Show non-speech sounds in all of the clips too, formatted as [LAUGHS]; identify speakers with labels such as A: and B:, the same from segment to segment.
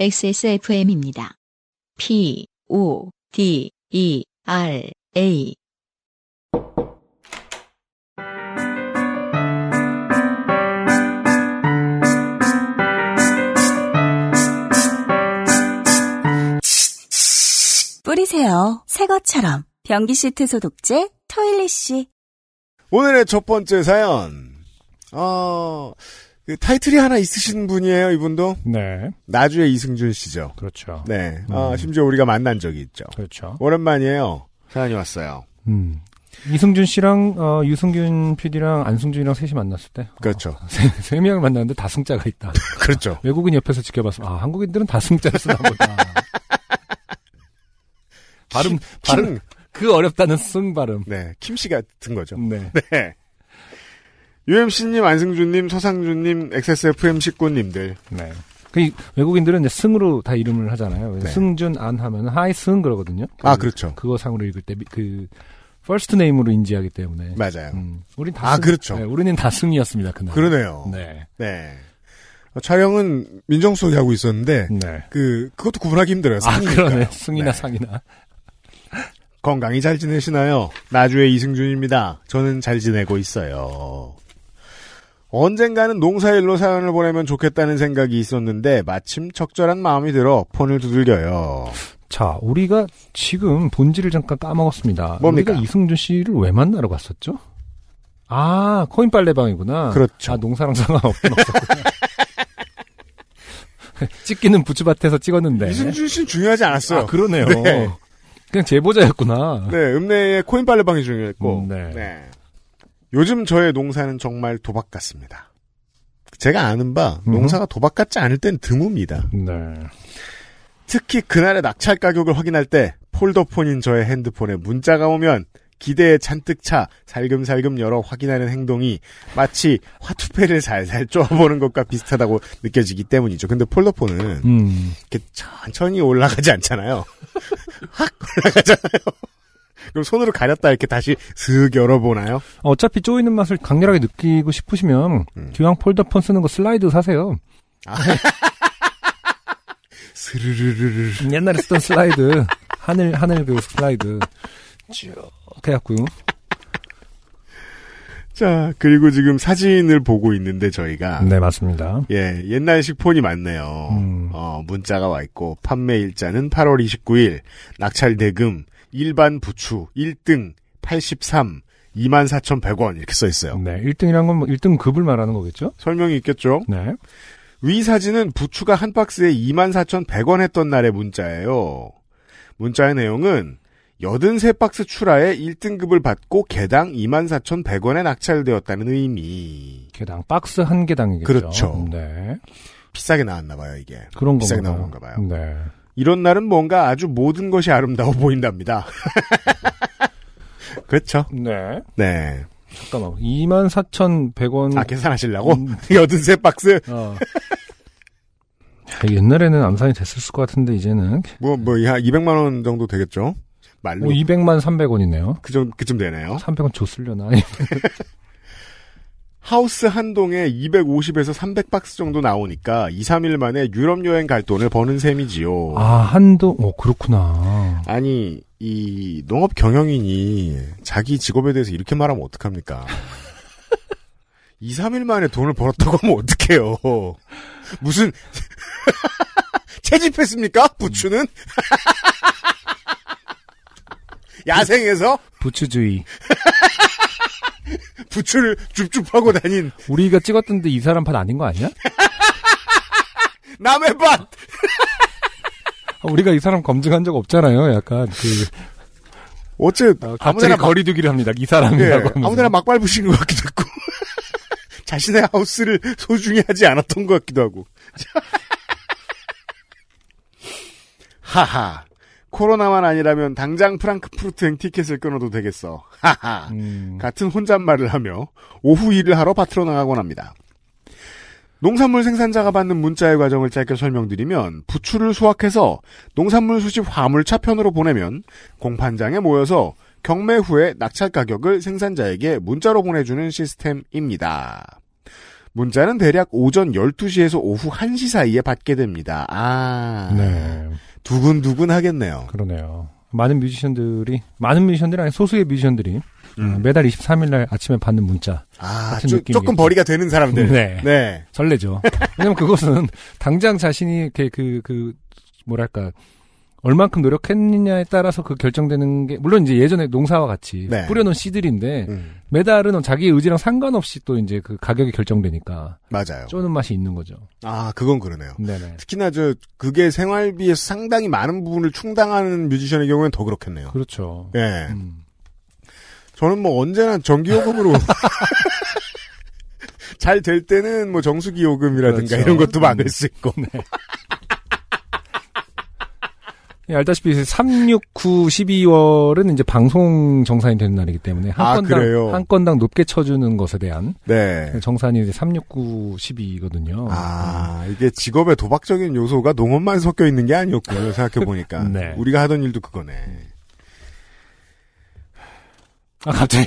A: XSFM입니다. P, O, D, E, R, A.
B: 뿌리세요. 새 것처럼. 변기 시트 소독제 토일리쉬.
C: 오늘의 첫 번째 사연. 어, 그 타이틀이 하나 있으신 분이에요, 이분도.
D: 네,
C: 나주의 이승준 씨죠.
D: 그렇죠.
C: 네. 아,
D: 음.
C: 심지어 우리가 만난 적이 있죠.
D: 그렇죠.
C: 오랜만이에요. 사연이 왔어요.
D: 음. 이승준 씨랑 어, 유승균 PD랑 안승준이랑 셋이 만났을 때
C: 그렇죠.
D: 세, 세 명을 만났는데 다 승자가 있다.
C: 그렇죠.
D: 외국인 옆에서 지켜봤으면 아 한국인들은 다 승자를 쓰나
C: [LAUGHS]
D: 보다. 발음 발음
C: 킴,
D: 그 어렵다는 승 발음.
C: 네. 킴 씨 같은 거죠.
D: 네.
C: 네. UMC님, 안승준님, 서상준님, XSFM 식구님들.
D: 네. 그 이- 외국인들은 이제 승으로 다 이름을 하잖아요.
C: 네.
D: 승준 안 하면 하이 승 그러거든요.
C: 아, 그렇죠.
D: 그거 상으로 읽을 때 그 퍼스트 네임으로 인지하기 때문에.
C: 맞아요.
D: 음, 우린 다
C: 아,
D: 승-
C: 그렇죠.
D: 네, 우리는 다 승이었습니다 그날.
C: 그러네요. 네.
D: 네.
C: 어, 촬영은 민정수석이 하고 있었는데,
D: 네.
C: 그, 그것도 구분하기 힘들어요.
D: 아,
C: 상이니까요.
D: 그러네. 승이나
C: 네.
D: 상이나.
C: 건강히 잘 지내시나요? 나주의 이승준입니다. 저는 잘 지내고 있어요. 언젠가는 농사일로 사연을 보내면 좋겠다는 생각이 있었는데 마침 적절한 마음이 들어 폰을 두들겨요.
D: 자, 우리가 지금 본질을 잠깐 까먹었습니다.
C: 뭡니까?
D: 우리가 이승준 씨를 왜 만나러 갔었죠? 아, 코인 빨래방이구나.
C: 그렇죠.
D: 아, 농사랑 상관없긴 없었구나. [LAUGHS] 찍기는 부츠밭에서 찍었는데.
C: 이승준 씨는 중요하지 않았어요.
D: 네. 아, 그러네요.
C: 네.
D: 그냥 제보자였구나.
C: 네, 읍내의 코인 빨래방이 중요했고.
D: 음, 네.
C: 요즘 저의 농사는 정말 도박 같습니다. 제가 아는 바
D: 음.
C: 농사가 도박 같지 않을 땐 드뭅니다.
D: 네.
C: 특히 그날의 낙찰 가격을 확인할 때 폴더폰인 저의 핸드폰에 문자가 오면 기대에 잔뜩 차 살금살금 열어 확인하는 행동이 마치 화투패를 살살 쪼아보는 것과 비슷하다고 느껴지기 때문이죠. 근데 폴더폰은
D: 음.
C: 이렇게 천천히 올라가지 않잖아요. [LAUGHS] 확 올라가잖아요. 그럼 손으로 가렸다 이렇게 다시 슥 열어보나요?
D: 어차피 쪼이는 맛을 강렬하게 느끼고 싶으시면,
C: 음.
D: 기왕 폴더폰 쓰는 거 슬라이드 사세요.
C: 아. [LAUGHS] 스르르르르.
D: 옛날에 쓰던 슬라이드 하늘 하늘 그 슬라이드 쭉
C: 그렇죠.
D: 해갖고
C: 자, 그리고 지금 사진을 보고 있는데 저희가.
D: 네 맞습니다
C: 예, 옛날식 폰이 많네요.
D: 음.
C: 어, 문자가 와 있고 판매 일자는 8월 29일, 낙찰 대금, 일반 부추 1등 83, 24,100원 이렇게 써 있어요.
D: 네 1등이란 건뭐 1등 급을 말하는 거겠죠
C: 설명이 있겠죠?
D: 네
C: 위 사진은 부추가 한 박스에 24,100원 했던 날의 문자예요. 문자의 내용은 83박스 출하에 1등급을 받고 개당 24,100원에 낙찰되었다는 의미.
D: 개당 박스 한 개당이겠죠
C: 그렇죠.
D: 네
C: 비싸게 나왔나 봐요, 이게.
D: 그런
C: 비싸게
D: 건가요?
C: 나온 건가 봐요.
D: 네
C: 이런 날은 뭔가 아주 모든 것이 아름다워 보인답니다. [LAUGHS] 그렇죠.
D: 네.
C: 네.
D: 잠깐만. 24,100원.
C: 아 계산하시려고
D: 음.
C: [LAUGHS] 여든세 박스
D: 어. 야, 옛날에는 암산이 됐을 것 같은데, 이제는.
C: 뭐뭐한 200만 원 정도 되겠죠. 말로
D: 뭐 200만 300원이네요.
C: 그정 그쯤 되네요.
D: 300원 줬으려나?
C: 하우스 한 동에 250에서 300 박스 정도 나오니까 2, 3일 만에 유럽 여행 갈 돈을 버는 셈이지요.
D: 아, 한도, 어, 그렇구나.
C: 아니 이 농업 경영인이 자기 직업에 대해서 이렇게 말하면 어떡합니까? [LAUGHS] 2, 3일 만에 돈을 벌었다고 하면 어떡해요. 무슨 [LAUGHS] 채집했습니까? 부추는? [LAUGHS] 야생에서
D: 부츠주의.
C: 부추를 줍줍하고 다닌
D: 우리가 찍었던데 이 사람 판 아닌 거 아니야?
C: 남의 밭!
D: 아, 우리가 이 사람 검증한 적 없잖아요. 약간 그
C: 어째
D: 아, 갑자기
C: 아무데나 막-
D: 거리두기를 합니다. 이
C: 예,
D: 사람이라고 하면서.
C: 아무데나 막 밟으신 것 같기도 했고 [LAUGHS] 자신의 하우스를 소중히 하지 않았던 것 같기도 하고 [LAUGHS] 하하 코로나만 아니라면 당장 프랑크푸르트행 티켓을 끊어도 되겠어 하하
D: 음,
C: 같은 혼잣말을 하며 오후 일을 하러 밭으로 나가곤 합니다. 농산물 생산자가 받는 문자의 과정을 짧게 설명드리면 부추를 수확해서 농산물 수집 화물차 편으로 보내면 공판장에 모여서 경매 후에 낙찰 가격을 생산자에게 문자로 보내주는 시스템입니다. 문자는 대략 오전 12시에서 오후 1시 사이에 받게 됩니다. 아.
D: 네.
C: 두근두근 하겠네요.
D: 그러네요. 많은 뮤지션들이, 많은 뮤지션들이 아니 소수의 뮤지션들이 어,
C: 음.
D: 매달 23일날 아침에 받는 문자.
C: 아,
D: 같은
C: 조,
D: 느낌이겠죠.
C: 조금 벌이가 되는 사람들.
D: 네.
C: 네.
D: 설레죠. 왜냐면 그것은 당장 자신이 이렇게 그, 그, 뭐랄까. 얼만큼 노력했느냐에 따라서 그 결정되는 게, 물론 이제 예전에 농사와 같이
C: 네.
D: 뿌려놓은 씨들인데,
C: 음,
D: 메달은 자기의 의지랑 상관없이 또 이제 그 가격이 결정되니까
C: 맞아요.
D: 쪼는 맛이 있는 거죠.
C: 아, 그건 그러네요. [LAUGHS]
D: 네네.
C: 특히나 저 그게 생활비에서 상당히 많은 부분을 충당하는 뮤지션의 경우에는 더 그렇겠네요.
D: 그렇죠.
C: 예.
D: 음.
C: 저는 뭐 언제나 정기요금으로 [LAUGHS] 잘 될 때는 뭐 정수기 요금이라든가
D: 그렇죠.
C: 이런 것도
D: 음.
C: 받을 수 있고
D: 예, 알다시피 369 12월은 이제 방송 정산이 되는 날이기 때문에 한
C: 아,
D: 건당
C: 그래요?
D: 한 건당 높게 쳐주는 것에 대한 그
C: 네.
D: 정산이 이제 369 12거든요.
C: 아 이게 직업의 도박적인 요소가 농업만 섞여 있는 게 아니었군요 생각해 보니까
D: [LAUGHS] 네.
C: 우리가 하던 일도 그거네.
D: 아 갑자기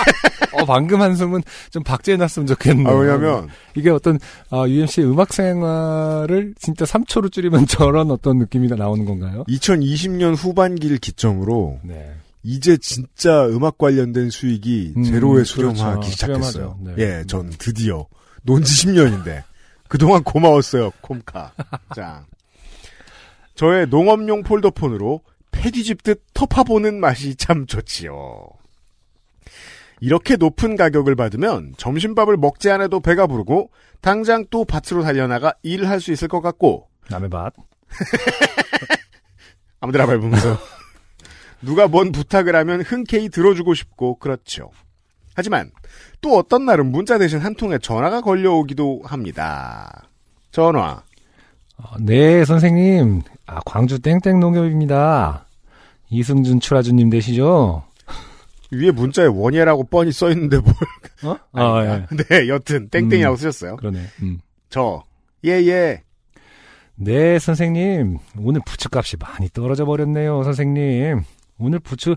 D: [LAUGHS] 어 방금 한숨은 좀 박제해놨으면 좋겠네요.
C: 아 왜냐면
D: 이게 어떤 아, UMC의 음악 생활을 진짜 3초로 줄이면 [LAUGHS] 저런 어떤 느낌이 다 나오는 건가요?
C: 2020년 후반기를 기점으로
D: 네.
C: 이제 진짜 음악 관련된 수익이
D: 음,
C: 제로에
D: 그렇죠.
C: 수렴하기 시작했어요.
D: 수렴하죠. 네.
C: 예, 전 드디어 논지 10년인데 그동안 고마웠어요,
D: [LAUGHS]
C: 콤카. 자, 저의 농업용 폴더폰으로 패디 집듯 터파보는 맛이 참 좋지요. 이렇게 높은 가격을 받으면 점심밥을 먹지 않아도 배가 부르고 당장 또 밭으로 달려나가 일을 할 수 있을 것 같고
D: 남의 밭.
C: 아무데나
D: [LAUGHS]
C: 밟으면서 누가 뭔 부탁을 하면 흔쾌히 들어주고 싶고 그렇죠. 하지만 또 어떤 날은 문자 대신 한 통에 전화가 걸려오기도 합니다. 전화.
D: 어, 네, 선생님. 아, 광주 땡땡 농협입니다. 이승준 추라주님 되시죠?
C: 위에 문자에 원예라고 뻔히 써 있는데 뭘?
D: 어? 아, 예.
C: [LAUGHS] 네, 여튼 땡땡이라고 쓰셨어요.
D: 그러네. 음.
C: 저. 예, 예.
D: 네, 선생님. 오늘 부추값이 많이 떨어져 버렸네요, 선생님. 오늘 부추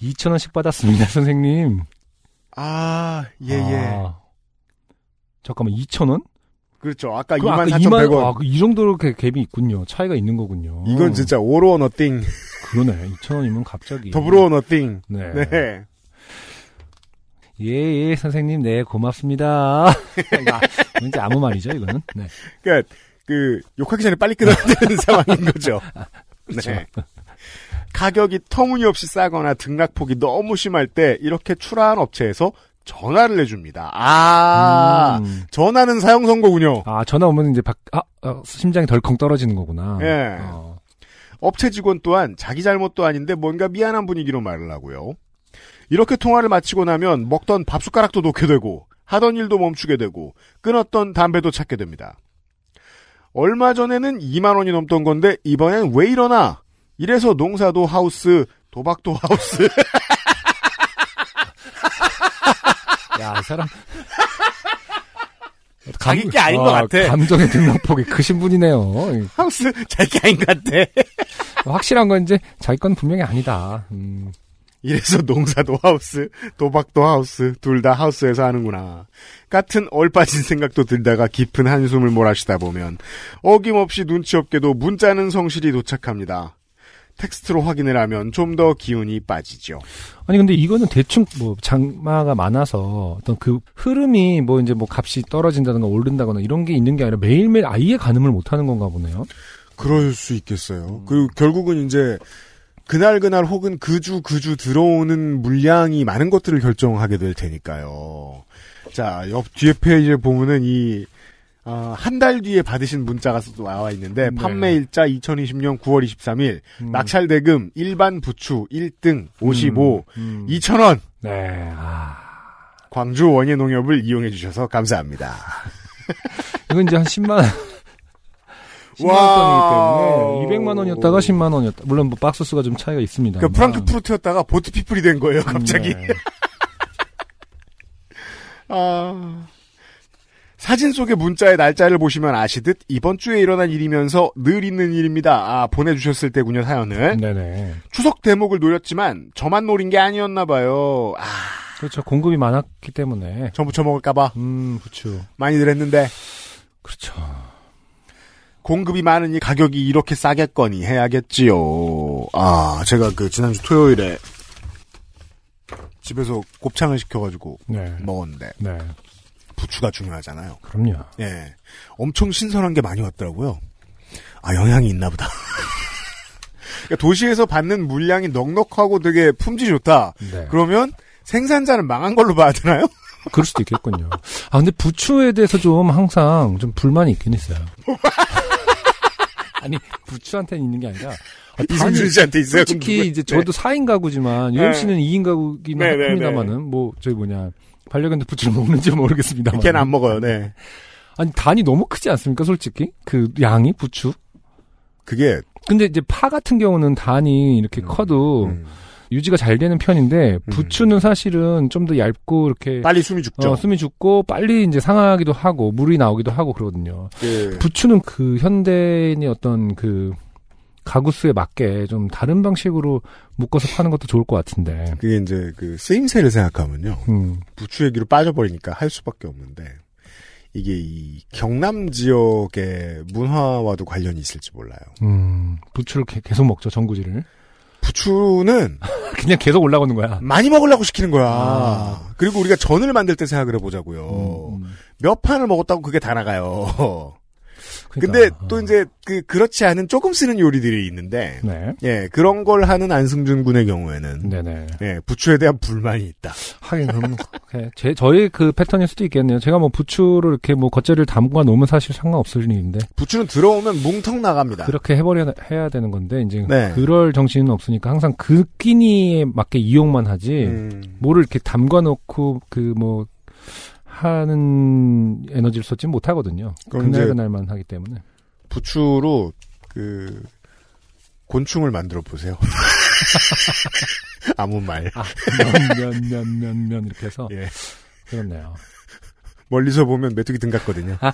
D: 2,000원씩 받았습니다, 선생님.
C: 아, 예, 예.
D: 아, 잠깐만, 2,000원?
C: 그렇죠. 아까 24,100원.
D: 아, 그이 정도로 그 갭이 있군요. 차이가 있는 거군요.
C: 이건 진짜 오로 너띵,
D: 그러네. 2,000원이면 갑자기.
C: 더불어 너띵.
D: 네.
C: 네.
D: 예, 예, 선생님. 네, 고맙습니다.
C: 아,
D: 뭔지 아무 말이죠, 이거는. 네.
C: 그러니까 그 욕하기 전에 빨리 끊어야 되는 [LAUGHS] 상황인 거죠.
D: 그렇죠.
C: 네. 가격이 터무니없이 싸거나 등락폭이 너무 심할 때 이렇게 출하한 업체에서 전화를 내줍니다. 아
D: 음.
C: 전화는 사용 선거군요.
D: 아, 전화 오면 이제 박, 아, 어, 심장이 덜컹 떨어지는 거구나.
C: 예.
D: 어,
C: 업체 직원 또한 자기 잘못도 아닌데 뭔가 미안한 분위기로 말을 하고요. 이렇게 통화를 마치고 나면 먹던 밥숟가락도 놓게 되고 하던 일도 멈추게 되고 끊었던 담배도 찾게 됩니다. 얼마 전에는 2만 원이 넘던 건데 이번엔 왜 이러나? 이래서 농사도 하우스, 도박도 하우스. [LAUGHS]
D: 야, 이 사람.
C: [LAUGHS]
D: 감-
C: 자기 게 아닌 것
D: 아,
C: 같아.
D: 감정의 등록폭이 크신 분이네요.
C: 하우스 자기 아닌 것 같아.
D: 확실한 건 이제 자기 건 분명히 아니다. 음,
C: 이래서 농사도 하우스, 도박도 하우스, 둘 다 하우스에서 하는구나. 같은 얼빠진 생각도 들다가 깊은 한숨을 몰아쉬다 보면 어김없이 눈치 없게도 문자는 성실히 도착합니다. 텍스트로 확인을 하면 좀 더 기운이 빠지죠.
D: 아니 근데 이거는 대충 뭐 장마가 많아서 어떤 그 흐름이 뭐 이제 뭐 값이 떨어진다거나 오른다거나 이런 게 있는 게 아니라 매일매일 아예 가늠을 못 하는 건가 보네요.
C: 그럴 수 있겠어요. 그리고 결국은 이제 그날 그날 혹은 그 주 그 주 들어오는 물량이 많은 것들을 결정하게 될 테니까요. 자, 옆 뒤에 페이지에 보면은 이 아, 한 달 뒤에 받으신 문자가 또 나와 있는데
D: 네.
C: 판매일자 2020년 9월 23일
D: 음.
C: 낙찰대금 일반 부추 1등 55
D: 음.
C: 2,000원
D: 네. 아.
C: 광주 원예 농협을 이용해 주셔서 감사합니다.
D: 이건 이제 한 10만 원. [LAUGHS] 10만
C: 와우.
D: 원이기 때문에 200만 원이었다가 10만 원이었다. 물론 뭐 박스 수가 좀 차이가 있습니다. 네.
C: 그러니까 프랑크푸르트였다가 보트피플이 된 거예요, [LAUGHS] 갑자기.
D: 음,
C: 아. 사진 속의 문자의 날짜를 보시면 아시듯 이번 주에 일어난 일이면서 늘 있는 일입니다. 아, 보내주셨을 때군요,
D: 음.
C: 사연을.
D: 네네.
C: 추석 대목을 노렸지만 저만 노린 게 아니었나 봐요. 아,
D: 그렇죠. 공급이 많았기 때문에.
C: 전부 처먹을까봐
D: 음, 부추.
C: 많이들 했는데
D: 그렇죠.
C: 공급이 많으니 가격이 이렇게 싸겠거니 해야겠지요. 아, 제가 그 지난주 토요일에 집에서 곱창을 시켜가지고
D: 네.
C: 먹었는데
D: 네.
C: 부추가 중요하잖아요.
D: 그럼요.
C: 예. 엄청 신선한 게 많이 왔더라고요. 아, 영향이 있나 보다. [LAUGHS] 그러니까 도시에서 받는 물량이 넉넉하고 되게 품질 좋다.
D: 네.
C: 그러면 생산자는 망한 걸로 봐야 되나요?
D: 그럴 수도 있겠군요. 아, 근데 부추에 대해서 좀 항상 좀 불만이
C: [LAUGHS]
D: 있긴 있어요. 아니, 부추한테는 있는 게 아니라. [LAUGHS] 아,
C: 이승준
D: 단이-
C: 씨한테 있어요.
D: 솔직히 이제 저도 4인 가구지만,
C: 네.
D: 유영 씨는 2인 가구긴
C: 네, 네, 네.
D: 합니다만은, 뭐, 저기 뭐냐, 반려견도 부추를 먹는지 모르겠습니다만.
C: 걔는 안 먹어요. 네.
D: 아니, 단이 너무 크지 않습니까, 솔직히? 그 양이, 부추?
C: 그게
D: 근데 이제 파 같은 경우는 단이 이렇게 커도
C: 음,
D: 유지가 잘 되는 편인데, 부추는 사실은 좀 더 얇고, 이렇게.
C: 빨리 숨이 죽죠.
D: 어, 숨이 죽고 빨리 이제 상하기도 하고 물이 나오기도 하고 그러거든요.
C: 예.
D: 부추는 그 현대인의 어떤 그 가구수에 맞게 좀 다른 방식으로 묶어서 파는 것도 좋을 것 같은데.
C: 그게 이제 그 쓰임새를 생각하면요.
D: 음,
C: 부추 얘기로 빠져버리니까 할 수밖에 없는데 이게 이 경남 지역의 문화와도 관련이 있을지 몰라요.
D: 음, 부추를 개- 계속 먹죠 전구지를.
C: 부추는
D: 그냥 계속 올라오는 거야.
C: 많이 먹으려고 시키는 거야.
D: 아.
C: 그리고 우리가 전을 만들 때 생각을 해보자고요.
D: 음, 음.
C: 몇 판을 먹었다고 그게 다 나가요. 근데
D: [LAUGHS] 그러니까,
C: 또
D: 어.
C: 이제 그 그렇지 않은 조금 쓰는 요리들이 있는데
D: 네,
C: 예 그런 걸 하는 안승준 군의 경우에는
D: 네네.
C: 예 부추에 대한 불만이 있다.
D: 하긴 그럼 예, [LAUGHS] 제 저의 그 패턴일 수도 있겠네요. 제가 뭐 부추를 이렇게 뭐 겉절이를 담가 놓으면 사실 상관없을 일인데
C: 부추는 들어오면 뭉텅 나갑니다.
D: 그렇게 해버려야 해야 되는 건데 이제
C: 네.
D: 그럴 정신은 없으니까 항상 그 끼니에 맞게 이용만 하지
C: 음.
D: 뭐를 이렇게 담가 놓고 그 뭐 하는 에너지를 쏟지 못하거든요.
C: 그럼
D: 그날
C: 이제-
D: 그날만 하기 때문에
C: 부추로 그 곤충을 만들어 보세요. [LAUGHS] 아무 말.
D: [LAUGHS] 아면면면면면 이렇게 해서
C: 예.
D: 그렇네요.
C: 멀리서 보면 메뚜기 등 같거든요.
D: 아.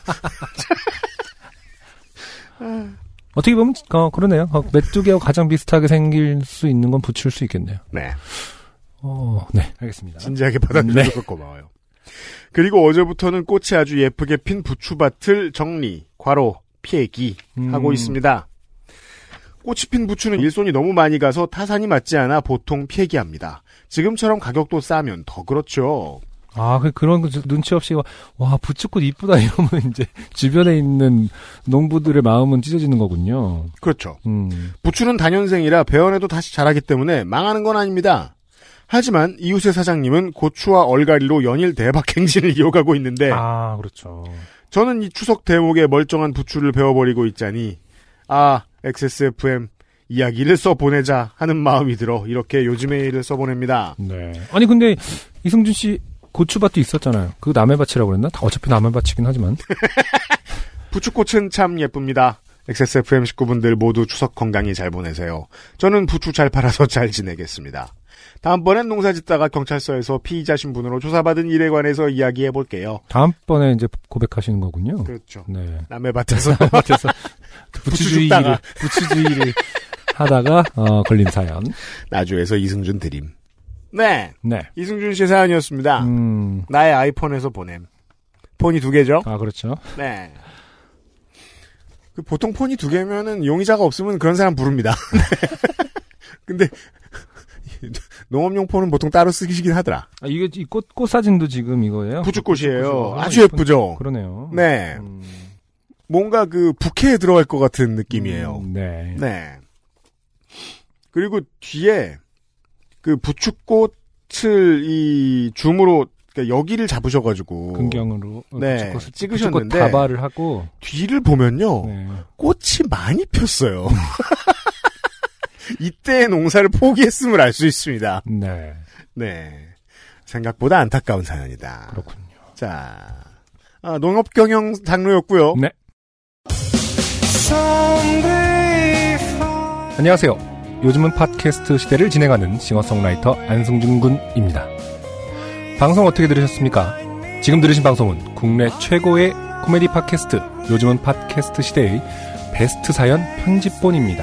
D: 어떻게 보면 어, 그러네요. 어, 메뚜기하고 가장 비슷하게 생길 수 있는 건 부추일 수 있겠네요.
C: 네.
D: 어, 네, 알겠습니다. 네.
C: 진지하게 받아주셔서 고마워요. 그리고 어제부터는 꽃이 아주 예쁘게 핀 부추밭을 정리, 과로, 피해기 하고
D: 음.
C: 있습니다. 꽃이 핀 부추는 일손이 너무 많이 가서 타산이 맞지 않아 보통 피해기합니다. 지금처럼 가격도 싸면 더 그렇죠.
D: 아, 그, 그런 거 저- 눈치 없이, 와, 부츠꽃 이쁘다 이러면 이제 주변에 있는 농부들의 마음은 찢어지는 거군요.
C: 그렇죠.
D: 음,
C: 부추는 단연생이라 배연해도 다시 자라기 때문에 망하는 건 아닙니다. 하지만 이웃의 사장님은 고추와 얼갈이로 연일 대박행진을 [LAUGHS] 이어가고 있는데
D: 아, 그렇죠.
C: 저는 이 추석 대목에 멀쩡한 부추를 배워버리고 있자니 아 XSFM 이야기를 써보내자 하는 마음이 들어 이렇게 요즘의 일을 써보냅니다.
D: 네. 아니, 근데, 이승준 씨, 고추밭도 있었잖아요. 그 남의 밭이라고 그랬나? 다 어차피 남의 밭이긴 하지만.
C: 부추꽃은 참 예쁩니다. XSFM 식구분들 모두 추석 건강히 잘 보내세요. 저는 부추 잘 팔아서 잘 지내겠습니다. 다음번엔 농사 짓다가 경찰서에서 피의자 신분으로 조사받은 일에 관해서 이야기해 볼게요.
D: 다음번에 이제 고백하시는 거군요.
C: 그렇죠.
D: 네.
C: 남의 밭에서 [LAUGHS]
D: [LAUGHS] 그래서,
C: 죽다가.
D: 부추주의를, 부추주의를 하다가, 어, 걸린 사연.
C: 나주에서 이승준 드림. 네,
D: 네.
C: 이승준 씨의 사연이었습니다.
D: 음,
C: 나의 아이폰에서 보냄. 폰이 두 개죠?
D: 아, 그렇죠.
C: 네. 그 보통 폰이 두 개면은 용의자가 없으면 그런 사람 부릅니다. [LAUGHS] 네. 근데 농업용 폰은 보통 따로 쓰시긴 하더라.
D: 아, 이게, 이 꽃, 꽃 사진도 지금 이거예요?
C: 부추꽃이에요.
D: 부추꽃이요.
C: 아주 예쁘죠.
D: 그러네요.
C: 네,
D: 음.
C: 뭔가 그 부캐에 들어갈 것 같은 느낌이에요.
D: 음, 네.
C: 네. 그리고 뒤에 그 부추꽃을 이 줌으로 그러니까 여기를 잡으셔가지고
D: 근경으로 어,
C: 네,
D: 부추꽃을-
C: 찍으셨는데. 어.
D: 부추꽃 다발을 하고
C: 뒤를 보면요
D: 네.
C: 꽃이 많이 폈어요. [LAUGHS] 이때 농사를 포기했음을 알 수 있습니다.
D: 네.
C: 네. 생각보다 안타까운 사연이다.
D: 그렇군요.
C: 자, 아, 농업 경영 장르였고요.
D: 네. 안녕하세요. 요즘은 팟캐스트 시대를 진행하는 싱어송라이터 안승준 군입니다. 방송 어떻게 들으셨습니까? 지금 들으신 방송은 국내 최고의 코미디 팟캐스트 요즘은 팟캐스트 시대의 베스트 사연 편집본입니다.